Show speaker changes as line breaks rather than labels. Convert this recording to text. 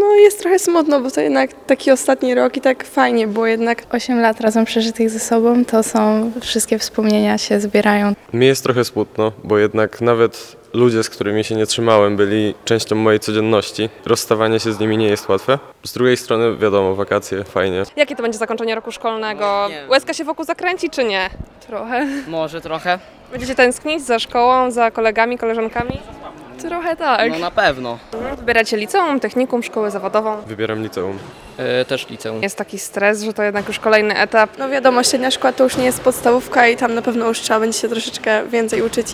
No, jest trochę smutno, bo to jednak taki ostatni rok i tak fajnie było jednak.
8 lat razem przeżytych ze sobą, to są wszystkie wspomnienia się zbierają.
Mi jest trochę smutno, bo jednak nawet ludzie, z którymi się nie trzymałem, byli częścią mojej codzienności. Rozstawanie się z nimi nie jest łatwe. Z drugiej strony, wiadomo, wakacje, fajnie.
Jakie to będzie zakończenie roku szkolnego?
No, nie wiem.
Łezka się wokół zakręci czy nie? Trochę.
Może trochę.
Będziecie tęsknić za szkołą, za kolegami, koleżankami? Trochę tak.
No na pewno.
Wybieracie liceum, technikum, szkołę zawodową.
Wybieram liceum.
E, też liceum.
Jest taki stres, że to jednak już kolejny etap.
No wiadomo, średnia szkoła to już nie jest podstawówka i tam na pewno już trzeba będzie się troszeczkę więcej uczyć.